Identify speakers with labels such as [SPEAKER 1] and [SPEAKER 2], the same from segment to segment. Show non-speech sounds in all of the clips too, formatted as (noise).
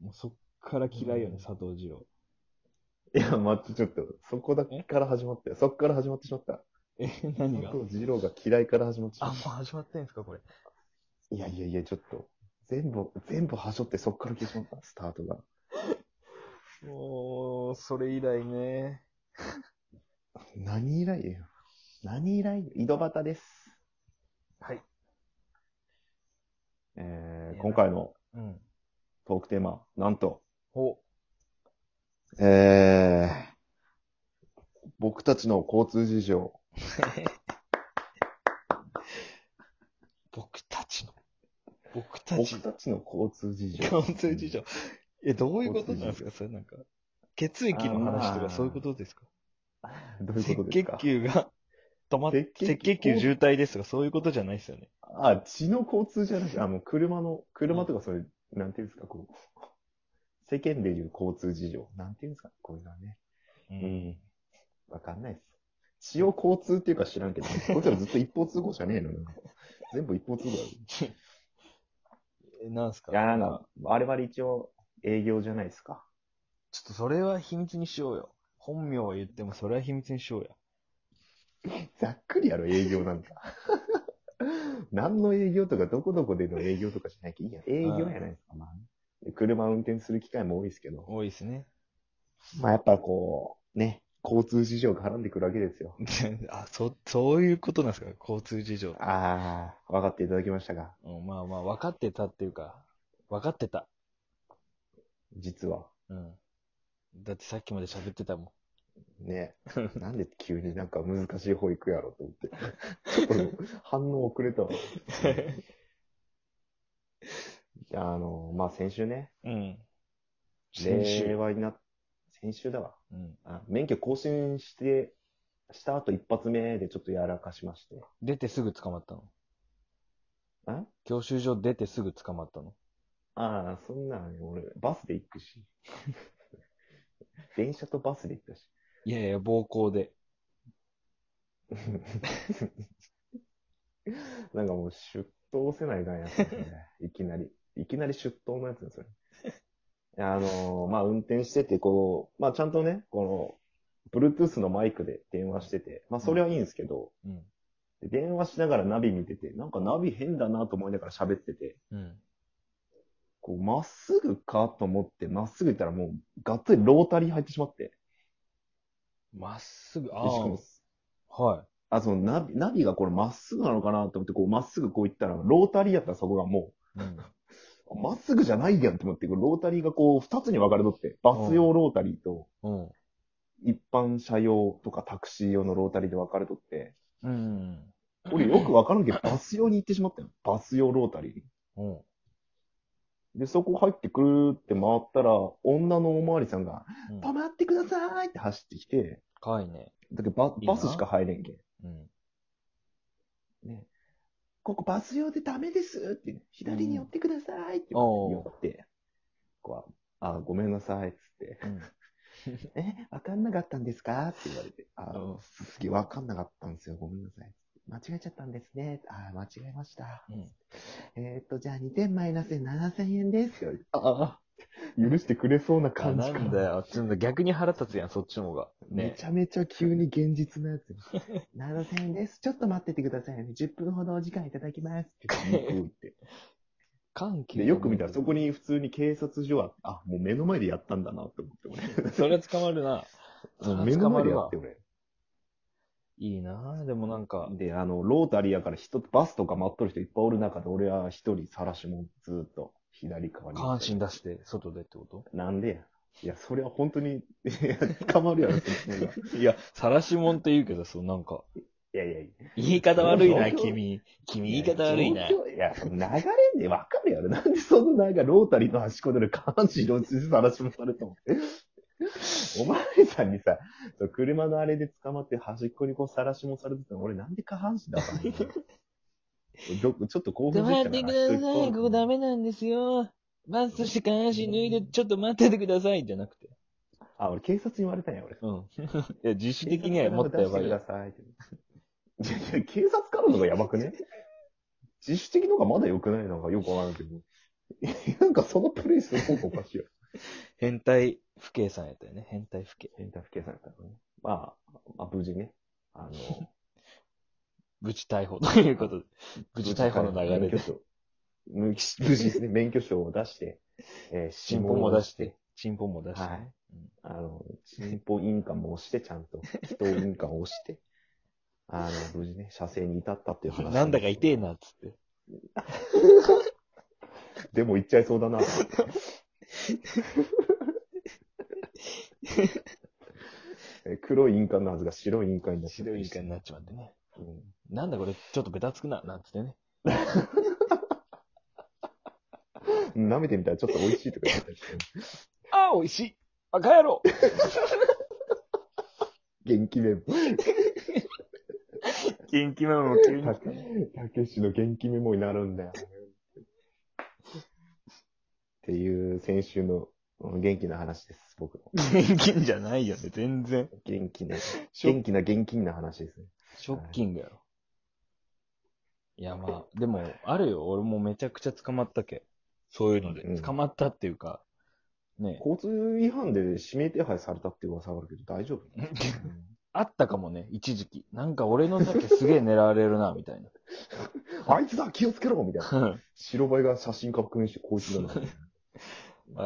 [SPEAKER 1] もうそっから嫌いよね、佐藤二朗。
[SPEAKER 2] いや、待って、ちょっと、そこだけから始まったよ。そこから始まってしまった。
[SPEAKER 1] え、何が
[SPEAKER 2] 佐藤二郎が嫌いから始まってし
[SPEAKER 3] あ、
[SPEAKER 2] ま
[SPEAKER 3] もう
[SPEAKER 2] っ
[SPEAKER 3] 始まってんすか、これ。
[SPEAKER 2] た。いやいやいや、ちょっと、全部、全部はしょってそこから来てしまった、スタートが。
[SPEAKER 1] もう、それ以来ね。
[SPEAKER 2] 何以来よ。何以来井戸端です。
[SPEAKER 3] はい。
[SPEAKER 2] えー、今回の
[SPEAKER 3] うん。
[SPEAKER 2] トークテーマ、なんと、
[SPEAKER 3] お、
[SPEAKER 2] えー、僕たちの交通事情。
[SPEAKER 1] 僕たちの。僕たち
[SPEAKER 2] 僕たちの交通事情。
[SPEAKER 1] 交通事情。え、どういうことなんですかそれなんか。血液の話とかそういうことですか
[SPEAKER 2] どういうこ
[SPEAKER 1] 赤
[SPEAKER 2] とです
[SPEAKER 1] 血
[SPEAKER 2] か
[SPEAKER 1] 球が止まっ
[SPEAKER 2] 赤
[SPEAKER 1] て、
[SPEAKER 2] 血球
[SPEAKER 1] 赤血球渋滞ですとかそういうことじゃないですよね。
[SPEAKER 2] あ、血の交通じゃなくて、あ、もう車の、車とかそういう、なんていうんですか、こう。世間でいう交通事情。なんていうんですか、こういうのはね。
[SPEAKER 1] う
[SPEAKER 2] う。ん。わかんないです。血を交通っていうか知らんけど、こいつらずっと一方通行じゃねえのよ。全部一方通行だよ。
[SPEAKER 1] (laughs) え、なんすか
[SPEAKER 2] いや、なんか、我々一応営業じゃないですか。
[SPEAKER 1] ちょっとそれは秘密にしようよ。本名は言ってもそれは秘密にしようや。
[SPEAKER 2] ざっくりやろ、営業なんか。何の営業とか、どこどこでの営業とかじゃないけど、いや、営業やないですか、まあ。で車運転する機会も多いですけど、
[SPEAKER 1] 多いですね。
[SPEAKER 2] まあやっぱこう、ね、交通事情が絡んでくるわけですよ。
[SPEAKER 1] (laughs) あ、そ、そういうことなんですか交通事情。
[SPEAKER 2] ああ、分かっていただきましたが、
[SPEAKER 1] うん、まあまあ、分かってたっていうか、分かってた。
[SPEAKER 2] 実は、
[SPEAKER 1] うん。だってさっきまで喋ってたもん。
[SPEAKER 2] ね、 (laughs) なんで急になんか難しい保育やろと思って、ちょっと反応遅れたわ。いやあの、まあ先週ね、
[SPEAKER 1] (laughs) うん。先
[SPEAKER 2] 令
[SPEAKER 1] 週。
[SPEAKER 2] 和になっ、先週だわ。
[SPEAKER 1] うん。
[SPEAKER 2] あ免許更新して、した後一発目でちょっとやらかしまして。
[SPEAKER 1] 出てすぐ捕まったの。
[SPEAKER 2] あ
[SPEAKER 1] 教習所出てすぐ捕まったの。
[SPEAKER 2] ああ、そんなん俺、バスで行くし。 (laughs) 電車とバスで行ったし。
[SPEAKER 1] いやいや、暴行で。
[SPEAKER 2] なんかもう出頭せないかんやつですね。いきなり。いきなり出頭のやつですよね。いやあのーまあ、運転してて、こう、まあ、ちゃんとね、この、Bluetooth のマイクで電話してて、まあ、それはいいんですけど、
[SPEAKER 1] うん。
[SPEAKER 2] で電話しながらナビ見てて、なんかナビ変だなと思いながら喋ってて、
[SPEAKER 1] うん。
[SPEAKER 2] こう、まっすぐかと思って、まっすぐ行ったらもう、がっつりロータリー入ってしまって。で
[SPEAKER 1] まっすぐ、
[SPEAKER 2] し
[SPEAKER 1] あ
[SPEAKER 2] かも、
[SPEAKER 1] あ、は
[SPEAKER 2] あ、そのナビ、ナビがこれまっすぐなのかなと思って、こう、まっすぐこう行ったら、ロータリーやったらそこがも
[SPEAKER 1] い。うん。
[SPEAKER 2] う、まっすぐじゃないやんと思って、こうロータリーがこう、二つに分かれとって、バス用ロータリーと、
[SPEAKER 1] うん。
[SPEAKER 2] 一般車用とかタクシー用のロータリーで分かれとって、
[SPEAKER 1] うん。
[SPEAKER 2] 俺よく分からんけど、バス用に行ってしまったよ。バス用ロータリーに。
[SPEAKER 1] うん。
[SPEAKER 2] で、そこ入ってくるって回ったら、女のおまわりさんが、
[SPEAKER 1] うん
[SPEAKER 2] 止まってくださいって走ってきて、
[SPEAKER 1] かわいいね。
[SPEAKER 2] だけど
[SPEAKER 1] いいな
[SPEAKER 2] ババスしか入れんけん。
[SPEAKER 1] うん。
[SPEAKER 2] ね、ここバス用でダメですって、左に寄ってくださいって言
[SPEAKER 1] おう
[SPEAKER 2] って、こうあ、あごめんなさいっつって、
[SPEAKER 1] うん。
[SPEAKER 2] え、わかんなかったんですかって言われて、あ
[SPEAKER 1] おう、
[SPEAKER 2] すげえわかんなかったんですよ、ごめんなさい。間違えちゃったんですね。ああ、間違えました。
[SPEAKER 1] うん
[SPEAKER 2] えっ、と、じゃあ2点マイナスで7000円ですって言われて。ああ、許してくれそうな
[SPEAKER 1] あ
[SPEAKER 2] 感
[SPEAKER 1] な
[SPEAKER 2] じか
[SPEAKER 1] んだよ。ちょっと逆に腹立つやん、そっちの方が。
[SPEAKER 2] め
[SPEAKER 1] ね。
[SPEAKER 2] ちゃめちゃ急に現実のや (laughs) つに。7000円です。ちょっと待っててくださいね。10分ほどお時間いただき (laughs) ます。って言って言って。
[SPEAKER 1] 関係
[SPEAKER 2] で、よく見たらそこに普通に警察署あって、あ、もう目の前でやったんだなって思って、
[SPEAKER 1] それは捕まるな。
[SPEAKER 2] 俺。も
[SPEAKER 1] そり
[SPEAKER 2] う目
[SPEAKER 1] ゃ
[SPEAKER 2] の
[SPEAKER 1] 捕ま
[SPEAKER 2] 前で
[SPEAKER 1] る
[SPEAKER 2] や
[SPEAKER 1] わ
[SPEAKER 2] って、俺。
[SPEAKER 1] いいなぁでもなんか、
[SPEAKER 2] で、あの、ロータリーやから人、バスとか待っとる人いっぱいおる中で、俺は一人、さらしもずーっと、左側に。
[SPEAKER 1] 下半身出して、外でってこと
[SPEAKER 2] なんでや。いや、それは本当に、いや捕まるやろ、そっちの方が
[SPEAKER 1] いや、さらしもんって言うけど、そう、なんか。
[SPEAKER 2] いやいやいや。
[SPEAKER 1] 言い方悪いな、
[SPEAKER 2] 状況
[SPEAKER 1] 君。君、言い方悪いな。
[SPEAKER 2] 状況いや、流れんでわかるやろ。なんでそんな、なんかロータリーの端っこで下半身のさらしもされたもん。おまわりさんにさ、そう車のあれで捕まって端っこにこうさらしもされてたの、俺なんで下半身だかんのどちょっと興奮してきたから
[SPEAKER 1] メなんですよ。バスとして下半身脱いで、ちょっと待っててください。じゃなくて。
[SPEAKER 2] あ、俺警察に言われたんや、俺。
[SPEAKER 1] うん。 (laughs) いや、自主的にはもっとや (laughs) ばい
[SPEAKER 2] 警
[SPEAKER 1] よ。
[SPEAKER 2] 察から出してくださいって。いやいや、警察からの方がやばくね自主的の方がまだ良くないのがよくわからんけど。なんかそのプレイする方がおかしいよ。
[SPEAKER 1] 変態不景さんやったよね。変態不景。
[SPEAKER 2] 変態不計算だったのね。まあ、まあ、無事ね。あの、
[SPEAKER 1] 無事逮捕ということで。 (laughs) 無事逮捕の流れ
[SPEAKER 2] 免許
[SPEAKER 1] で。
[SPEAKER 2] 証無無事ですね。免許証を出して、えー、
[SPEAKER 1] チンポも出し。て。チンポも出して。
[SPEAKER 2] はいあの、チンポ印鑑も押して、ちゃんと。人印鑑を押して、あの、無事ね、射精に至ったっていう
[SPEAKER 1] うん (laughs)
[SPEAKER 2] 話。
[SPEAKER 1] なんだか痛え。な、っつって。
[SPEAKER 2] でも行っちゃいそう (laughs) だな。え黒い印鑑のはずが白い印鑑になっちゃった
[SPEAKER 1] 白いイカになっちまってね。
[SPEAKER 2] うん
[SPEAKER 1] なんだこれ、ちょっとベタつくな、なんつってね。
[SPEAKER 2] 舐めてみたらちょっと美味しいとか言ったりして、
[SPEAKER 1] ああ、美味しいバカ野郎
[SPEAKER 2] (laughs) 元気メモ。
[SPEAKER 1] 元気ママも急
[SPEAKER 2] たたけしの元気メモになるんだよ。っていう先週のうん元気な話です、僕の。
[SPEAKER 1] 元気じゃないよね、全然。
[SPEAKER 2] 元気な、
[SPEAKER 1] ショ
[SPEAKER 2] 元気な元気な話ですね。
[SPEAKER 1] ショッキングやろ。いや、まあ、でも、あるよ。俺もめちゃくちゃ捕まったけ。そういうので。
[SPEAKER 2] うん
[SPEAKER 1] 捕まったっていうか、 (laughs) ね、
[SPEAKER 2] 交通違反で指名手配されたって噂があるけど大丈夫
[SPEAKER 1] あったかもね、一時期。なんか俺の酒すげえ狙われるな、みた (laughs) い
[SPEAKER 2] (laughs) あいつだ気をつけろみたいな。
[SPEAKER 1] な。
[SPEAKER 2] 白バイが写真確認して、こいつ
[SPEAKER 1] (laughs)
[SPEAKER 2] だな。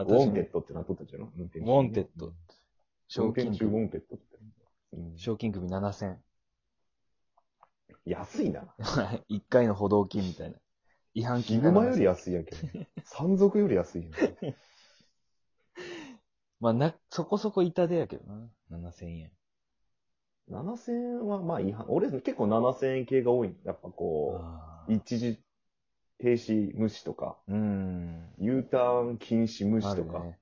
[SPEAKER 2] ウォンテッドってなっとったじゃん。ウ
[SPEAKER 1] ウォンテッド。。
[SPEAKER 2] 運
[SPEAKER 1] 賞
[SPEAKER 2] 転
[SPEAKER 1] 金
[SPEAKER 2] 中ウ
[SPEAKER 1] 首、
[SPEAKER 2] ォンテッドって。うん
[SPEAKER 1] 賞金首7000。 (laughs)
[SPEAKER 2] 安いな。
[SPEAKER 1] はい。1回の補導金みたいな。違反
[SPEAKER 2] ヒ
[SPEAKER 1] 金が
[SPEAKER 2] グマよ
[SPEAKER 1] 7000
[SPEAKER 2] り安いやんけど。山賊より安いやん。
[SPEAKER 1] まあ、な、そこそこ痛手やけどな。7000円。
[SPEAKER 2] 7000円はまあ違反。俺結構7000円系が多いの。やっぱこ
[SPEAKER 1] あ
[SPEAKER 2] う、一時停止無視とか、
[SPEAKER 1] ーうーん。
[SPEAKER 2] U ターン禁止無視と
[SPEAKER 1] あ
[SPEAKER 2] か
[SPEAKER 1] る。ね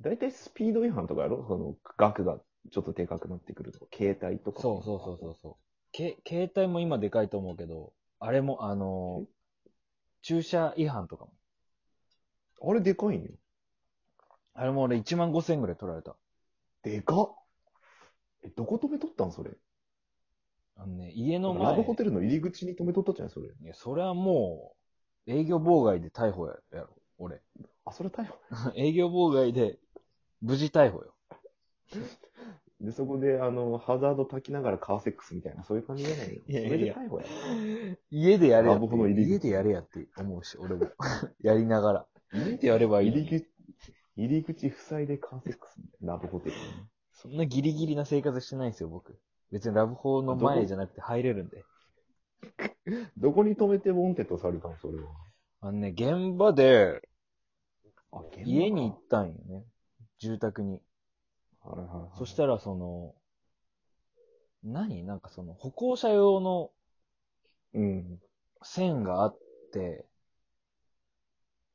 [SPEAKER 2] だいたいスピード違反とかやろその額がちょっとでかくなってくるとか、携帯とか。
[SPEAKER 1] そうそうそうそうそう。け、携帯も今でかいと思うけど、あれも、あのー、駐車違反とかも。
[SPEAKER 2] う。あれでかいんよ。
[SPEAKER 1] あれも俺1万5千円ぐらい取られた。
[SPEAKER 2] でかっえ、どこ止めとったんそれ。
[SPEAKER 1] あのね、家の前。
[SPEAKER 2] ラブホテルの入り口に止めとったじゃん、それ。
[SPEAKER 1] いや、それはもう、営業妨害で逮捕ややろ、俺。 (laughs)
[SPEAKER 2] あ、それ逮捕。
[SPEAKER 1] 営業妨害で、無事逮捕よ。
[SPEAKER 2] で、そこで、あの、ハザード焚きながらカーセックスみたいな、そういう感じじゃないの。
[SPEAKER 1] いやいや
[SPEAKER 2] それで逮捕や。
[SPEAKER 1] 家でやれやっ
[SPEAKER 2] ラ
[SPEAKER 1] て
[SPEAKER 2] ブホの入り口
[SPEAKER 1] 家でやれやって思うし、俺も。 (laughs) やりながら。家でやればいいの
[SPEAKER 2] 入り
[SPEAKER 1] に。
[SPEAKER 2] 口、入り口塞いでカーセックスみたいな。ラブホテル。
[SPEAKER 1] そんなギリギリな生活してないんですよ、僕。別にラブホの前じゃなくて入れるんで。
[SPEAKER 2] どこに止めてウォンテッドされたの、それは。
[SPEAKER 1] あのね、現場で、
[SPEAKER 2] あ、現場か
[SPEAKER 1] 家に行っ。たんよね。住宅に。
[SPEAKER 2] はいはいはい
[SPEAKER 1] そしたら、その、何なんかその、歩行者用の
[SPEAKER 2] うん。
[SPEAKER 1] 線があって、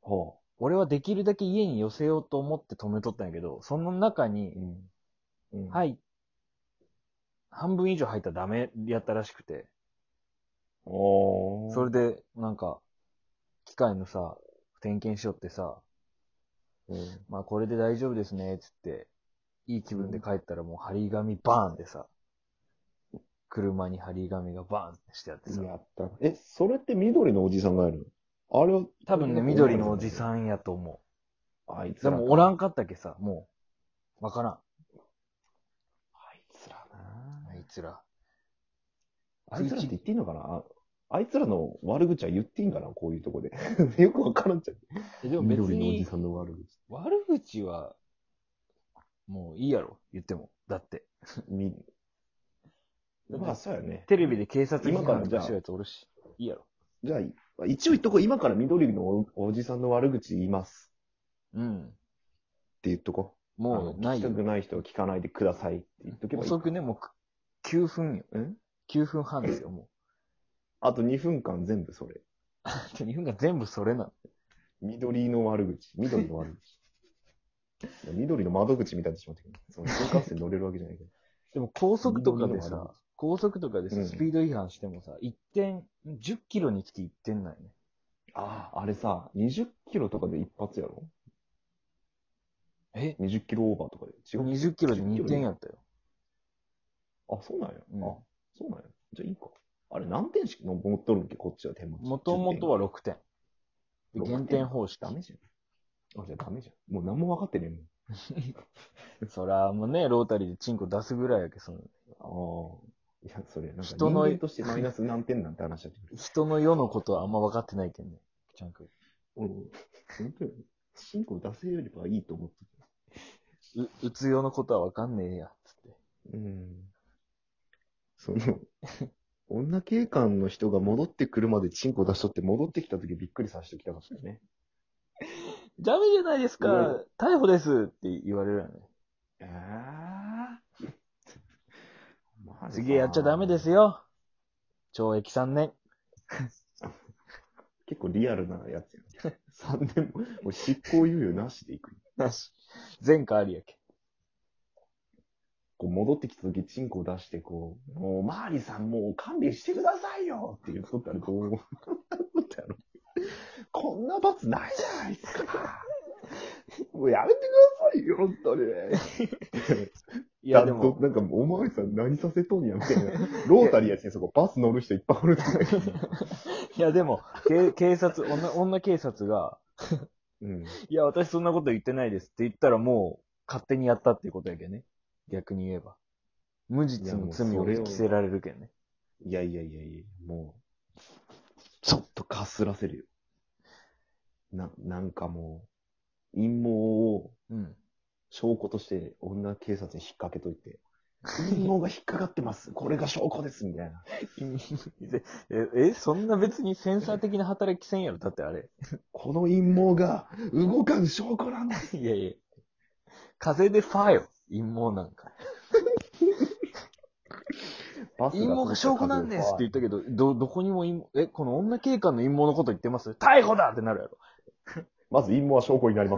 [SPEAKER 2] はあ。
[SPEAKER 1] 俺はできるだけ家に寄せようと思って止めとったんやけど、その中に
[SPEAKER 2] う、ん。うん。
[SPEAKER 1] はいい、半分以上入ったらダメやったらしくて、
[SPEAKER 2] おー
[SPEAKER 1] それで、なんか、機械のさ、点検しよってさ、
[SPEAKER 2] うん
[SPEAKER 1] まあこれで大丈夫ですね、つって、いい気分で帰ったらもう張り紙バーンでさ、車に張り紙がバーンってしてあってさ、
[SPEAKER 2] やった。え、それって緑のおじさんがやるのあれは、
[SPEAKER 1] 多分ね、緑のおじさんやと思。
[SPEAKER 2] あいうつ
[SPEAKER 1] で
[SPEAKER 2] らか。
[SPEAKER 1] もおら
[SPEAKER 2] あ
[SPEAKER 1] んかったっけさ、もう、わからん。
[SPEAKER 2] いつらな
[SPEAKER 1] あいつら。
[SPEAKER 2] あいつらって言っていいのかなああいつらの悪口は言っていいんかなこういうとこで。 (laughs) よくわからんじゃん。
[SPEAKER 1] えでも別
[SPEAKER 2] 緑のおじ
[SPEAKER 1] に、
[SPEAKER 2] さんの悪口。
[SPEAKER 1] 悪口は、もういいやろ、言っても。だって。
[SPEAKER 2] みまあ、そうやね。
[SPEAKER 1] テレビで警察
[SPEAKER 2] 今から
[SPEAKER 1] 批判とかしようやつおるし。いいやろ。
[SPEAKER 2] じゃあ、一応言っとこう。今から緑のおおじさんの悪口言います。
[SPEAKER 1] うん。
[SPEAKER 2] って言っとこう。
[SPEAKER 1] もうないよ
[SPEAKER 2] あの聞きた。くない人は聞かないでくださいって言っとけばいい。
[SPEAKER 1] 遅くね、もうく9分よ。
[SPEAKER 2] うん
[SPEAKER 1] 9分半ですよ、もう。
[SPEAKER 2] あと2分間全部それ。
[SPEAKER 1] あと2分間 (laughs) 全部それなの。
[SPEAKER 2] 緑の
[SPEAKER 1] (laughs)
[SPEAKER 2] 悪口。緑の悪口。いや緑の窓口みたいにしまったけど。その新幹線乗れるわけじゃないけど。
[SPEAKER 1] でも高速とかで
[SPEAKER 2] 緑の悪
[SPEAKER 1] さ、高速とかで
[SPEAKER 2] う
[SPEAKER 1] さ、
[SPEAKER 2] ん
[SPEAKER 1] スピード違反してもさ、1点、10キロにつき1点ないね。
[SPEAKER 2] ああ、あれさ、20キロとかで一発やろ
[SPEAKER 1] え
[SPEAKER 2] ?20 キロオーバーとかで。違う。
[SPEAKER 1] ?20 キロで2点やったよ。
[SPEAKER 2] あ、そうなんや。
[SPEAKER 1] うん
[SPEAKER 2] あ、そうなんや。じゃあいいか。あれ何点しか持っとるんけこっちは手持ち。
[SPEAKER 1] もともとは6点。で減点方式。
[SPEAKER 2] ダメじゃん。あ、じゃあダメじゃん。もう何も分かってねえもん。
[SPEAKER 1] そら、もうね、ロータリーでチンコ出すぐらいやけ、その、
[SPEAKER 2] ああ。いや、それ、なんか
[SPEAKER 1] 人
[SPEAKER 2] 人
[SPEAKER 1] の
[SPEAKER 2] 間としてマイナス何点なんて話だけど。 (laughs)
[SPEAKER 1] 人の世のことはあんま分かってないけんね。ちゃんくん。
[SPEAKER 2] うん。本当よ。チンコ出せよりはいいと思って
[SPEAKER 1] う、うつよのことは分かんねえや、つって。
[SPEAKER 2] た。うん。その、 (laughs) 女警官の人が戻ってくるまでチンコ出しとって戻ってきた時びっくりさせておきたかったよね。
[SPEAKER 1] ダメじゃないですか
[SPEAKER 2] う
[SPEAKER 1] 逮捕ですって言われるよね。
[SPEAKER 2] えあ。マジか
[SPEAKER 1] 次やっちゃダメです。よ。懲役3年。
[SPEAKER 2] 結構リアルなやつや、ね。3年 (laughs) も、もう執行猶予なしでいく。
[SPEAKER 1] なし。前科ありやけ。
[SPEAKER 2] こう戻ってきた時、チンコを出して、こう、もう、マーリさん、もう勘弁してくださいよって言っとったら、どう思ったやろ。こんな罰ないじゃないですか。もうやめてくださいよ、本当に。
[SPEAKER 1] い
[SPEAKER 2] い
[SPEAKER 1] や、でも、
[SPEAKER 2] なんか、おまわりさん何させとんや、みたいな。ロータリーやしね、そこ、バス乗る人いっぱいおるとか
[SPEAKER 1] (laughs)
[SPEAKER 2] 言って
[SPEAKER 1] いや、でも、け (laughs) 警察、女、女警察が、
[SPEAKER 2] うん。
[SPEAKER 1] いや、私そんなこと言ってないですって言ったらもう、勝手にやったっていうことやけんね。逆に言えば。無実の罪を着せられるけんね。
[SPEAKER 2] いやいやいやいや、もう、ちょっとかすらせるよ。な、なんかもう、陰謀を、
[SPEAKER 1] うん。
[SPEAKER 2] 証拠として女警察に引っ掛けといて、陰謀が引っかかってます。これが証拠です。みたいな。
[SPEAKER 1] え、 (laughs) え、そんな別にセンサー的な働きせんやろだってあれ。
[SPEAKER 2] この陰謀が動かぬ証拠なんだ。
[SPEAKER 1] いやいや。風でファーよ。陰謀なんか。陰謀が証拠なんですって言ったけど、ど、どこにも陰謀、え、この女警官の陰謀のこと言ってます逮捕だってなるやろ。
[SPEAKER 2] まず陰謀は証拠になります。